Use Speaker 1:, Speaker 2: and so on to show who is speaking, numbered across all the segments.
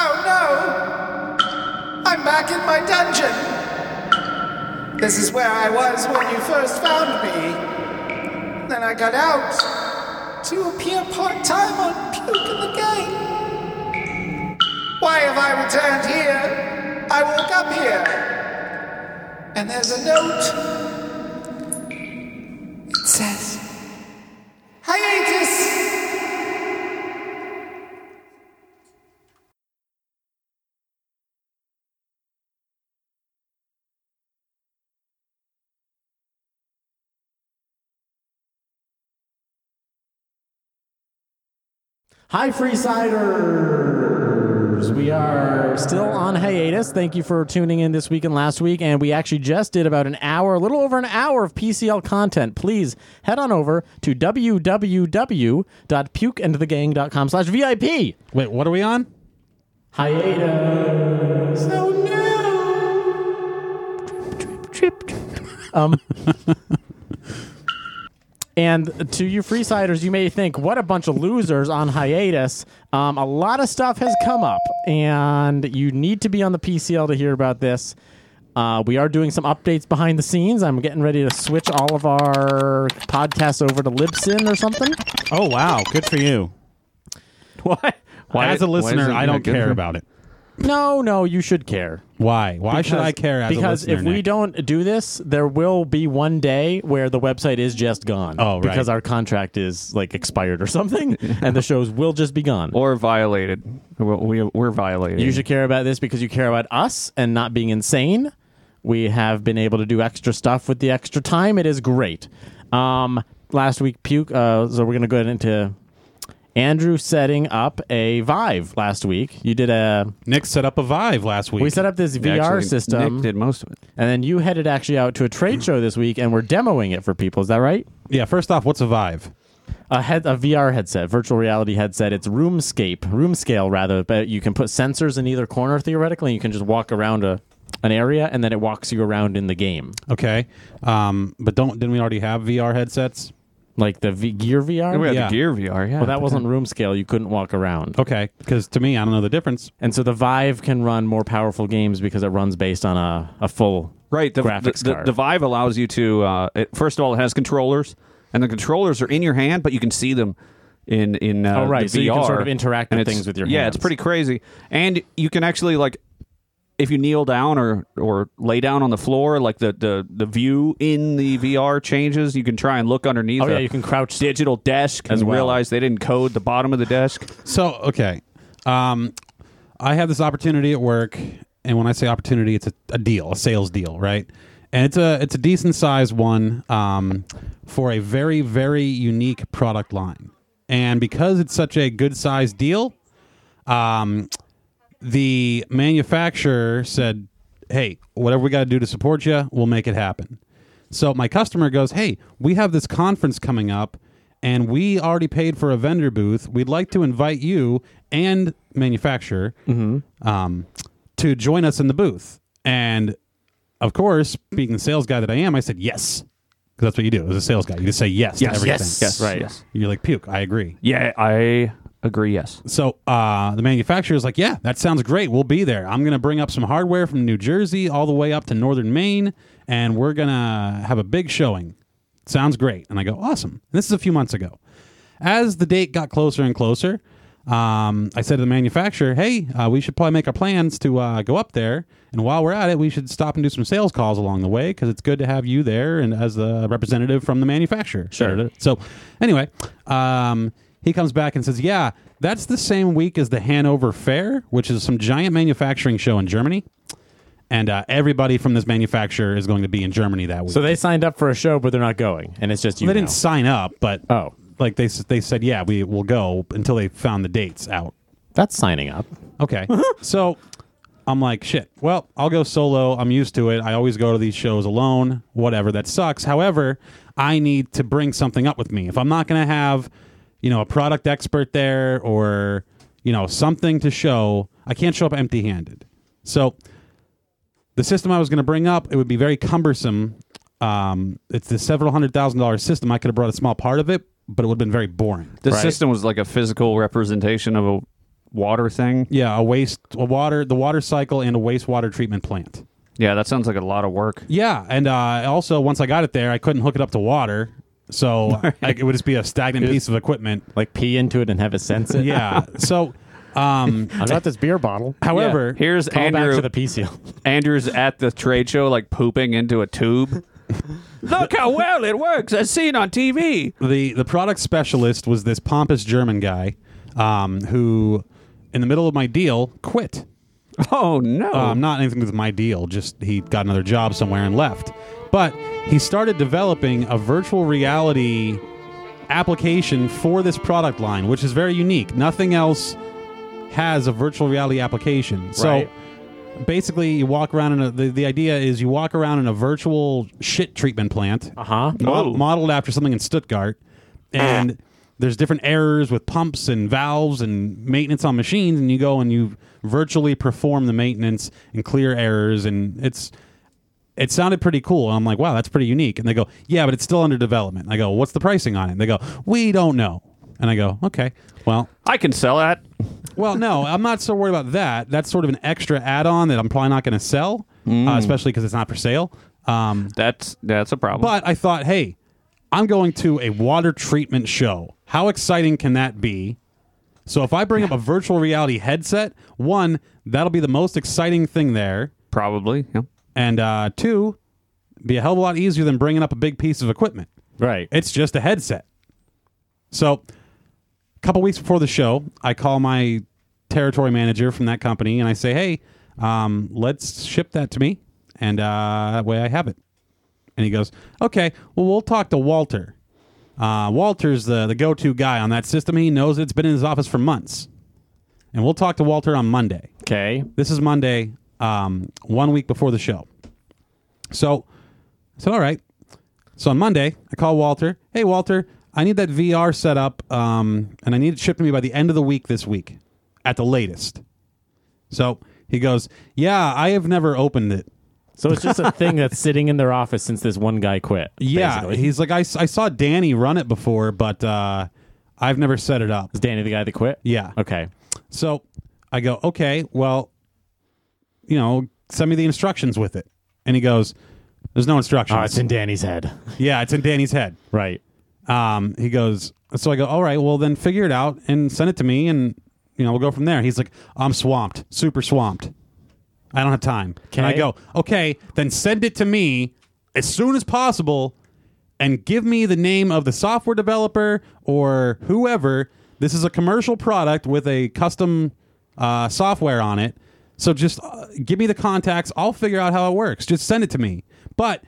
Speaker 1: Oh, back in my dungeon. This is where I was when you first found me. Then I got out to appear part time on Puke in the Game. Why have I returned here? I woke up here. And there's a note. It says, Hiatus!
Speaker 2: Hi, Freesiders! We are still on hiatus. Thank you for tuning in this week and last week. And we actually just did about an hour, a little over an hour of PCL content. Please head on over to www.pukeandthegang.com slash VIP.
Speaker 3: Wait, what are we on?
Speaker 2: Hiatus. No, Um, and to you freesiders, you may think, what a bunch of losers on hiatus. Um, a lot of stuff has come up, and you need to be on the PCL to hear about this. Uh, we are doing some updates behind the scenes. I'm getting ready to switch all of our podcasts over to Libsyn or something.
Speaker 3: Oh wow, good for you.
Speaker 2: What?
Speaker 3: Why, As a
Speaker 4: why is
Speaker 3: listener,
Speaker 4: it
Speaker 3: I don't
Speaker 4: good
Speaker 3: care
Speaker 4: for-
Speaker 3: about it.
Speaker 2: No, no, you should care.
Speaker 3: Why? Why should
Speaker 2: Because-
Speaker 3: I care? As
Speaker 2: because
Speaker 3: a listener,
Speaker 2: if we
Speaker 3: Nick?
Speaker 2: don't do this, there will be one day where the website is just gone.
Speaker 3: Oh, right.
Speaker 2: Because our contract is like expired or something, and the shows will just be gone.
Speaker 4: Or violated. We're, we, we're violated.
Speaker 2: you should care about this because you care about us and not being insane. We have been able to do extra stuff with the extra time. It is great. Um, last week, puke. Uh, so we're gonna go ahead into Andrew setting up a Vive last week. You did a.
Speaker 3: Nick set up a Vive last week.
Speaker 2: We set up this
Speaker 4: Yeah,
Speaker 2: VR
Speaker 4: actually,
Speaker 2: system.
Speaker 4: Nick did most of it.
Speaker 2: And then you headed actually out to a trade show this week, and we're demoing it for people. Is that right?
Speaker 3: yeah. First off, what's a Vive?
Speaker 2: A head, a VR headset, virtual reality headset. It's roomscape, room scale rather, but you can put sensors in either corner theoretically. And you can just walk around a an area, and then it walks you around in the game,
Speaker 3: Okay, um, but don't didn't we already have VR headsets?
Speaker 2: like the v- Gear VR.
Speaker 4: We had Oh.
Speaker 3: Yeah.
Speaker 4: the Gear VR, yeah.
Speaker 2: Oh, Well, that wasn't room scale. You couldn't walk around.
Speaker 3: Okay, because to me, I don't know the difference.
Speaker 2: And so the Vive can run more powerful games because it runs based on a, a full
Speaker 4: Right. The,
Speaker 2: graphics
Speaker 4: the, the,
Speaker 2: card.
Speaker 4: the Vive allows you to. Uh, it, first of all, it has controllers, and the controllers are in your hand, but you can see them in in. Uh,
Speaker 2: Oh, right,
Speaker 4: the
Speaker 2: so you can
Speaker 4: VR,
Speaker 2: sort of interact
Speaker 4: and
Speaker 2: with
Speaker 4: it's-
Speaker 2: things with your
Speaker 4: Yeah,
Speaker 2: hands.
Speaker 4: it's pretty crazy, and you can actually like. If you kneel down or, or lay down on the floor, like the, the, the view in the VR changes, you can try and look underneath.
Speaker 2: Oh yeah,
Speaker 4: a
Speaker 2: you can crouch.
Speaker 4: digital desk
Speaker 2: As
Speaker 4: and
Speaker 2: well.
Speaker 4: realize they didn't code the bottom of the desk.
Speaker 3: So okay, um, I have this opportunity at work, and when I say opportunity, it's a, a deal, a sales deal, right? And it's a it's a decent sized one um, for a very very unique product line, and because it's such a good sized deal, um, the manufacturer said, "Hey, whatever we got to do to support you, we'll make it happen." So my customer goes, "Hey, we have this conference coming up, and we already paid for a vendor booth. We'd like to invite you and manufacturer um, to join us in the booth." And of course, being the sales guy that I am, I said yes because that's what you do as a sales guy. You just say yes, to everything.
Speaker 4: yes,
Speaker 2: Right.
Speaker 4: yes.
Speaker 3: You're like puke. I agree.
Speaker 4: Yeah, I agree. Yes.
Speaker 3: So uh, the manufacturer's like, yeah, that sounds great. We'll be there. I'm going to bring up some hardware from New Jersey all the way up to northern Maine, and we're going to have a big showing. Sounds great. And I go, awesome. And this is a few months ago. As the date got closer and closer, um, I said to the manufacturer, hey, uh, we should probably make our plans to uh, go up there. And while we're at it, we should stop and do some sales calls along the way because it's good to have you there and as the representative from the manufacturer.
Speaker 2: Sure.
Speaker 3: So, anyway, um, he comes back and says, "Yeah, that's the same week as the Hanover Fair, which is some giant manufacturing show in Germany, and uh, everybody from this manufacturer is going to be in Germany that week."
Speaker 2: So they signed up for a show, but they're not going, and it's just you.
Speaker 3: they
Speaker 2: now.
Speaker 3: didn't sign up, but
Speaker 2: Oh.
Speaker 3: like they s- they said, "Yeah, we will go" until they found the dates out.
Speaker 2: That's signing up.
Speaker 3: Okay. so I'm like, shit. Well, I'll go solo. I'm used to it. I always go to these shows alone. Whatever. That sucks. However, I need to bring something up with me. If I'm not going to have, you know, a product expert there or, you know, something to show, I can't show up empty handed. So the system I was going to bring up, it would be very cumbersome. Um, it's the several hundred thousand dollar system. I could have brought a small part of it, but it would have been very boring.
Speaker 4: The
Speaker 2: Right.
Speaker 4: system was like a physical representation of a water thing.
Speaker 3: Yeah, a waste, a water, the water cycle, and a wastewater treatment plant.
Speaker 4: Yeah, that sounds like a lot of work.
Speaker 3: Yeah, and uh, also once I got it there, I couldn't hook it up to water, so I, it would just be a stagnant piece of equipment.
Speaker 2: Like pee into it and have it sense it.
Speaker 3: Yeah, so. Um,
Speaker 2: I got this beer bottle.
Speaker 3: however,
Speaker 4: Yeah. Here's
Speaker 2: Call back
Speaker 4: Andrew.
Speaker 2: to the PCL.
Speaker 4: Andrew's at the trade show, like pooping into a tube. Look how well it works, as seen on TV.
Speaker 3: the the product specialist was this pompous German guy um, who, in the middle of my deal, quit.
Speaker 4: Oh no!
Speaker 3: Um, not anything with my deal, just he got another job somewhere and left. But he started developing a virtual reality application for this product line, which is very unique. Nothing else has a virtual reality application. So
Speaker 4: Right.
Speaker 3: basically, you walk around in a, the, the idea is you walk around in a virtual shit treatment plant.
Speaker 2: Uh huh.
Speaker 3: mo-
Speaker 4: Oh.
Speaker 3: modeled after something in Stuttgart, and there's different errors with pumps and valves and maintenance on machines, and you go and you virtually perform the maintenance and clear errors, and it's it sounded pretty cool. And I'm like, wow, that's pretty unique. And they go, yeah, but it's still under development. And I go, what's the pricing on it? And they go, we don't know. And I go, okay, well,
Speaker 4: I can sell that.
Speaker 3: well, no, I'm not so worried about that. That's sort of an extra add-on that I'm probably not going to sell, uh, especially because it's not for sale. Um,
Speaker 4: That's that's a problem.
Speaker 3: but I thought, hey, I'm going to a water treatment show. How exciting can that be? So if I bring up a virtual reality headset, one, that'll be the most exciting thing there.
Speaker 4: probably, yeah.
Speaker 3: And uh, two, be a hell of a lot easier than bringing up a big piece of equipment.
Speaker 2: Right.
Speaker 3: It's just a headset. So, a couple weeks before the show, I call my territory manager from that company and I say, "Hey, um, let's ship that to me, and uh, that way I have it." And he goes, "Okay, well, we'll talk to Walter. Uh, Walter's the the go to guy on that system. He knows it. it's been in his office for months, and we'll talk to Walter on Monday."
Speaker 2: Okay.
Speaker 3: This is Monday, um, one week before the show. So I said, all right. So on Monday, I call Walter. Hey, Walter, I need that VR set up, um, and I need it shipped to me by the end of the week this week at the latest. So he goes, yeah, I have never opened it.
Speaker 2: So it's just a thing that's sitting in their office since this one guy quit.
Speaker 3: Yeah.
Speaker 2: basically.
Speaker 3: He's like, I, s- I saw Danny run it before, but uh, I've never set it up.
Speaker 2: Is Danny the guy that quit?
Speaker 3: Yeah.
Speaker 2: Okay.
Speaker 3: So I go, okay, well, you know, send me the instructions with it. And he goes, there's no instructions.
Speaker 2: Oh, it's in Danny's head.
Speaker 3: yeah, it's in Danny's head.
Speaker 2: Right.
Speaker 3: Um, he goes, so I go, all right, well, then figure it out and send it to me and, you know, we'll go from there. He's like, I'm swamped, super swamped. I don't have time. And I
Speaker 2: Okay.
Speaker 3: go, okay, then send it to me as soon as possible and give me the name of the software developer or whoever. This is a commercial product with a custom uh, software on it. So just uh, give me the contacts. I'll figure out how it works. Just send it to me. But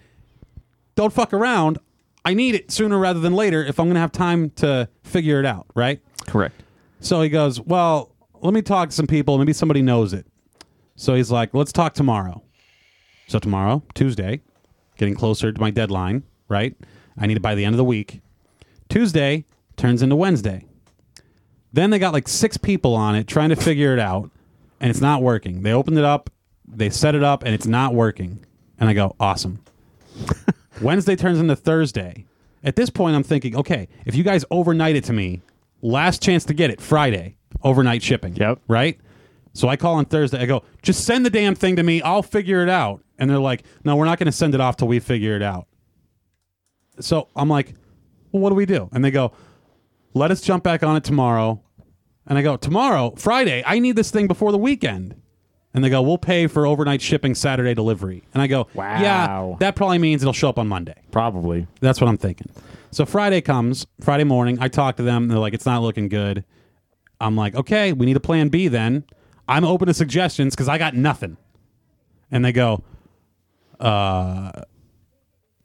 Speaker 3: don't fuck around. I need it sooner rather than later if I'm going to have time to figure it out, right?
Speaker 4: Correct.
Speaker 3: So he goes, Well, let me talk to some people. Maybe somebody knows it. So he's like, Let's talk tomorrow. So tomorrow, Tuesday, getting closer to my deadline, right? I need it by the end of the week. Tuesday turns into Wednesday. Then they got like six people on it trying to figure it out, and it's not working. They opened it up, they set it up, and it's not working. And I go, Awesome. Wednesday turns into Thursday. At this point, I'm thinking, okay, if you guys overnight it to me, last chance to get it Friday, overnight shipping.
Speaker 2: Yep.
Speaker 3: Right? So I call on Thursday. I go, just send the damn thing to me. I'll figure it out. And they're like, no, we're not going to send it off till we figure it out. So I'm like, well, what do we do? And they go, let us jump back on it tomorrow. And I go, tomorrow, Friday, I need this thing before the weekend. And they go, we'll pay for overnight shipping Saturday delivery. And I go, yeah,
Speaker 2: Wow.
Speaker 3: that probably means it'll show up on Monday.
Speaker 2: Probably.
Speaker 3: That's what I'm thinking. So Friday comes, Friday morning, I talk to them. They're like, it's not looking good. I'm like, okay, we need a plan B then. I'm open to suggestions because I got nothing. And they go, uh,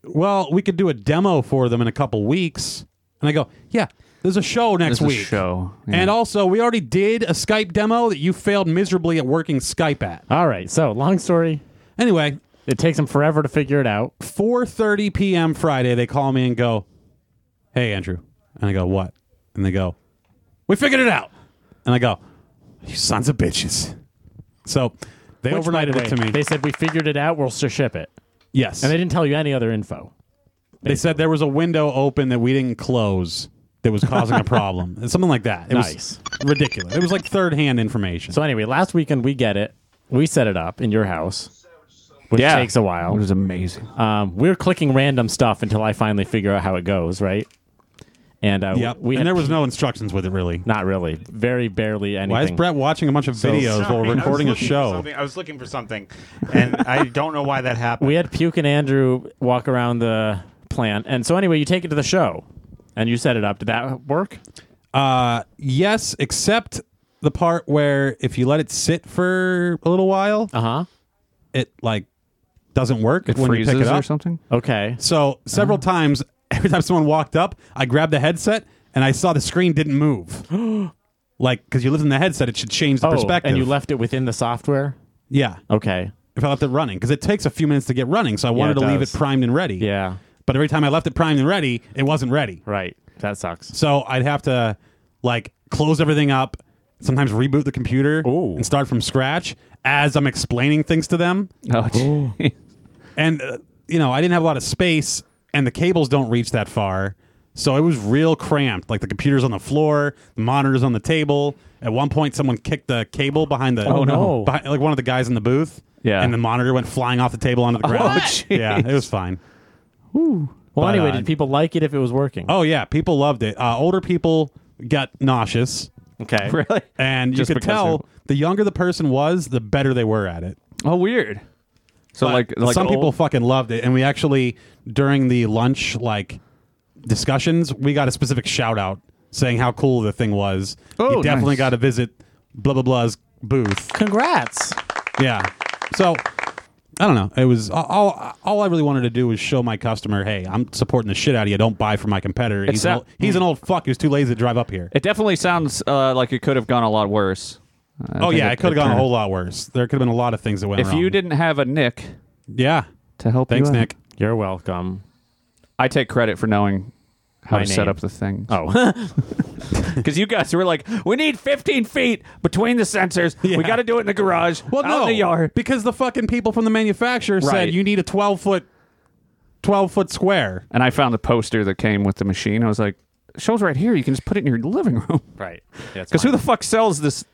Speaker 3: well, we could do a demo for them in a couple weeks. And I go, yeah, there's a show next
Speaker 4: There's a
Speaker 3: week.
Speaker 4: show, yeah.
Speaker 3: And also, we already did a Skype demo that you failed miserably at working Skype at.
Speaker 2: All right. So long story.
Speaker 3: Anyway,
Speaker 2: It takes them forever to figure it out.
Speaker 3: 4:30 p.m. Friday, they call me and go, "Hey, Andrew," and I go, "What?" And they go, "We figured it out," and I go, "You sons of bitches!" So they
Speaker 2: Which, by
Speaker 3: overnighted
Speaker 2: the
Speaker 3: it to
Speaker 2: way,
Speaker 3: me.
Speaker 2: They said we figured it out. We'll s- ship it,
Speaker 3: yes,
Speaker 2: and they
Speaker 3: they,
Speaker 2: didn't tell you any other info.
Speaker 3: said there was a window open that we didn't close that was causing a problem, and something like that. It was-
Speaker 2: Nice. ridiculous.
Speaker 3: It was like third hand information.
Speaker 2: So anyway, last weekend we get it. We set it up in your house, which
Speaker 4: Yeah.
Speaker 2: takes a
Speaker 4: It
Speaker 2: while.
Speaker 4: was amazing.
Speaker 2: Um, we're clicking random stuff until I finally figure out how it goes, right? And uh,
Speaker 3: yep.
Speaker 2: we
Speaker 3: and
Speaker 2: had
Speaker 3: there was no instructions with it really.
Speaker 2: not really, very barely anything.
Speaker 3: Why is Brett watching a bunch of videos while
Speaker 5: Sorry, I
Speaker 3: we're
Speaker 5: was
Speaker 3: recording a
Speaker 5: looking for
Speaker 3: show?
Speaker 5: something- I was looking for something, and I don't know why that happened.
Speaker 2: we had Puke and Andrew walk around the plant, and so anyway, you take it to the show, and you set it up. Did that work?
Speaker 3: Uh, yes, except the part where if you let it sit for a little while,
Speaker 2: Uh huh.
Speaker 3: it like doesn't work
Speaker 4: It
Speaker 3: when you
Speaker 4: freezes
Speaker 3: pick it
Speaker 4: or
Speaker 3: up.
Speaker 4: something.
Speaker 2: Okay.
Speaker 3: So several
Speaker 2: Oh.
Speaker 3: times, every time someone walked up, I grabbed the headset and I saw the screen didn't move. like because you lift in the headset, it should change the
Speaker 2: Oh,
Speaker 3: perspective.
Speaker 2: and you left it within the software.
Speaker 3: yeah.
Speaker 2: Okay.
Speaker 3: If I left it running, because it takes a few minutes to get running, so I wanted
Speaker 2: it
Speaker 3: to leave
Speaker 2: does.
Speaker 3: it primed and ready.
Speaker 2: Yeah.
Speaker 3: But every time I left it primed and ready, it wasn't ready.
Speaker 2: Right. That sucks.
Speaker 3: So I'd have to like close everything up, sometimes reboot the computer
Speaker 2: Ooh.
Speaker 3: and start from scratch as I'm explaining things to them.
Speaker 2: Uh-huh.
Speaker 4: Oh, gee.
Speaker 3: And uh, you know, I didn't have a lot of space and the cables don't reach that far. So it was real cramped. Like the computer's on the floor, the monitor's on the table. At one point someone kicked the cable behind the
Speaker 2: Oh, no.
Speaker 3: behind, like one of the guys in the booth.
Speaker 4: Yeah.
Speaker 3: And the monitor went flying off the table onto
Speaker 2: Oh,
Speaker 3: the ground.
Speaker 4: jeez.
Speaker 3: yeah, it was fine.
Speaker 2: Well,
Speaker 3: But,
Speaker 2: anyway,
Speaker 3: uh,
Speaker 2: did people like it if it was working?
Speaker 3: Oh yeah, people loved it. Uh, older people got nauseous.
Speaker 2: okay.
Speaker 4: really?
Speaker 3: And you
Speaker 4: Just
Speaker 3: could
Speaker 4: because
Speaker 3: tell
Speaker 4: they're-
Speaker 3: the younger the person was, the better they were at it.
Speaker 4: Oh, weird. So
Speaker 3: But
Speaker 4: like, like oh.
Speaker 3: some people
Speaker 4: old-
Speaker 3: fucking loved it, and we actually during the lunch like discussions, we got a specific shout out saying how cool the thing was.
Speaker 4: Oh,
Speaker 3: you definitely
Speaker 4: nice.
Speaker 3: got to visit blah blah blah's booth.
Speaker 2: Congrats.
Speaker 3: Yeah. So I don't know. It was all. All I really wanted to do was show my customer, hey, I'm supporting the shit out of you. Don't buy from my competitor. He's,
Speaker 4: Except-
Speaker 3: an, old, he's an old fuck who's too lazy to drive up here.
Speaker 4: it definitely sounds uh, like it could have gone a lot worse. I
Speaker 3: oh
Speaker 4: think
Speaker 3: yeah, it, could have gone a
Speaker 4: turned-
Speaker 3: whole lot worse. There could have been a lot of things that went
Speaker 4: If
Speaker 3: wrong.
Speaker 4: you didn't have a Nick
Speaker 3: yeah.
Speaker 4: to help, you
Speaker 3: Thanks,
Speaker 4: out-
Speaker 3: Nick.
Speaker 2: You're welcome.
Speaker 4: I take credit for knowing how
Speaker 2: My
Speaker 4: to set
Speaker 2: name.
Speaker 4: up the thing.
Speaker 2: Oh,
Speaker 4: Because you guys were like, we need 15 feet between the sensors. We got to do it in the garage.
Speaker 3: Well,
Speaker 4: out
Speaker 3: no,
Speaker 4: in the yard.
Speaker 3: because the fucking people from the manufacturer
Speaker 4: Right.
Speaker 3: said you need a twelve foot, twelve foot square.
Speaker 4: And I found the poster that came with the machine. I was like, show's right here. You can just put it in your living room.
Speaker 2: right.
Speaker 4: Because who the fuck sells this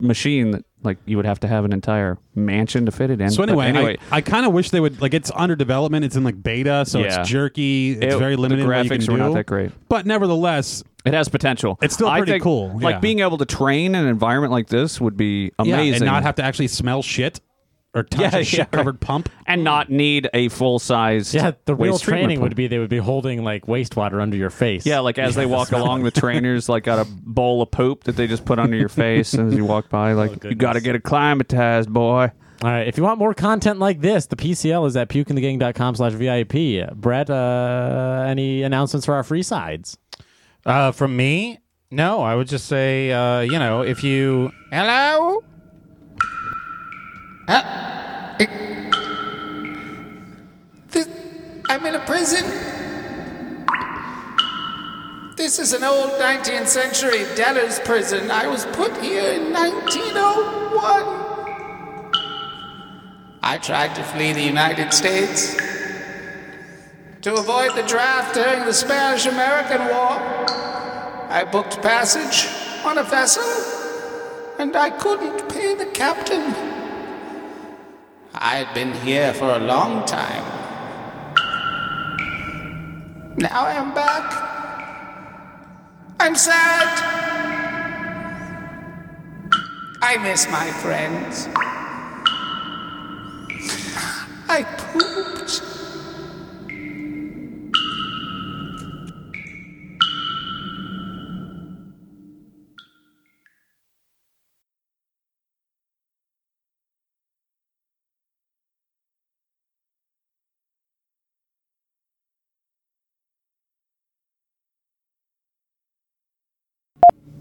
Speaker 4: machine that like you would have to have an entire mansion to fit it in?
Speaker 3: So
Speaker 4: But
Speaker 3: anyway,
Speaker 4: anyway,
Speaker 3: I, I kind of wish they would like it's under development. It's in like beta, so
Speaker 4: Yeah.
Speaker 3: it's jerky. It's
Speaker 4: It-
Speaker 3: very
Speaker 4: the
Speaker 3: limited. what you
Speaker 4: graphics
Speaker 3: can
Speaker 4: were not
Speaker 3: do.
Speaker 4: that great.
Speaker 3: but nevertheless,
Speaker 4: it has potential.
Speaker 3: It's still
Speaker 4: I
Speaker 3: pretty
Speaker 4: think,
Speaker 3: cool,
Speaker 4: Like
Speaker 3: yeah.
Speaker 4: being able to train in an environment like this would be
Speaker 3: yeah,
Speaker 4: amazing.
Speaker 3: and not have to actually smell shit or touch
Speaker 4: Yeah,
Speaker 3: a
Speaker 4: yeah,
Speaker 3: shit covered pump.
Speaker 4: and not need a full size.
Speaker 2: Yeah, the real training would be they would be holding like wastewater under your face.
Speaker 4: Yeah, like as they walk along, the trainers like got a bowl of poop that they just put under your face as you walk
Speaker 2: Oh,
Speaker 4: by. Like you got to get acclimatized, boy.
Speaker 2: All right. If you want more content like this, the PCL is at pukeinthegang.com slash VIP. Brett, uh, any announcements for our free sides?
Speaker 5: Uh, from me? No, I would just say, uh, you know, if you. Hello?
Speaker 1: This, I'm in a prison. This is an old 19th century debtor's prison. I was put here in 1901. I tried to flee the United States to avoid the draft during the Spanish American War. I booked passage on a vessel, and I couldn't pay the captain. I had been here for a long time. Now I am back. I'm sad. I miss my friends. I pooped.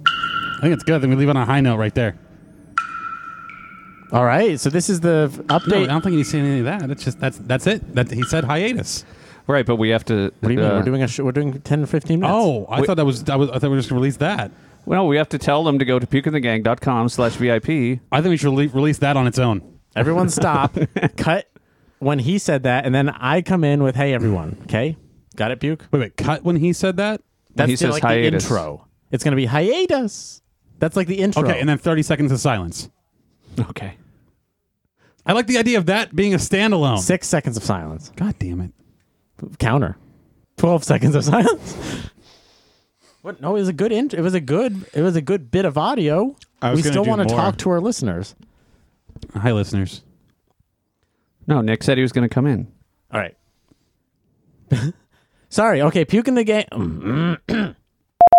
Speaker 3: I think it's good. I think we leave on a high note right there.
Speaker 2: All right. So this is the f-
Speaker 3: No, I
Speaker 2: update.
Speaker 3: don't think you see any of that. It's just that's that's it. That he said hiatus.
Speaker 4: Right, but we have to. uh,
Speaker 2: what do you mean? we're doing a sh- we're doing 10 or 15 minutes.
Speaker 3: Oh, I
Speaker 4: Wait.
Speaker 3: thought that was, that was I thought we were just gonna release that.
Speaker 4: Well, we have to tell them to go to pukeinthegang.com slash VIP.
Speaker 3: I think we should rele- release that on its own.
Speaker 2: Everyone stop. cut when he said that. And then I come in with, hey, everyone. Okay. Got it, Puke?
Speaker 3: Wait, wait, cut when he said that.
Speaker 2: That's
Speaker 4: he
Speaker 2: the-
Speaker 4: says
Speaker 2: like
Speaker 4: hiatus.
Speaker 2: the intro. It's going to be hiatus. That's like the intro.
Speaker 3: Okay, and then 30 seconds of silence.
Speaker 4: Okay.
Speaker 3: I like the idea of that being a standalone.
Speaker 2: six seconds of silence.
Speaker 3: God damn it.
Speaker 2: Counter. Twelve seconds of silence. What? No, it was a good. Int- it was a good. It was a good bit of audio.
Speaker 5: I was
Speaker 2: we
Speaker 5: gonna
Speaker 2: still
Speaker 5: do
Speaker 2: wanna
Speaker 5: more.
Speaker 2: talk to our listeners.
Speaker 3: Hi, listeners.
Speaker 4: No, Nick said he was going to come in.
Speaker 2: All right. Sorry. Okay, puke in the game.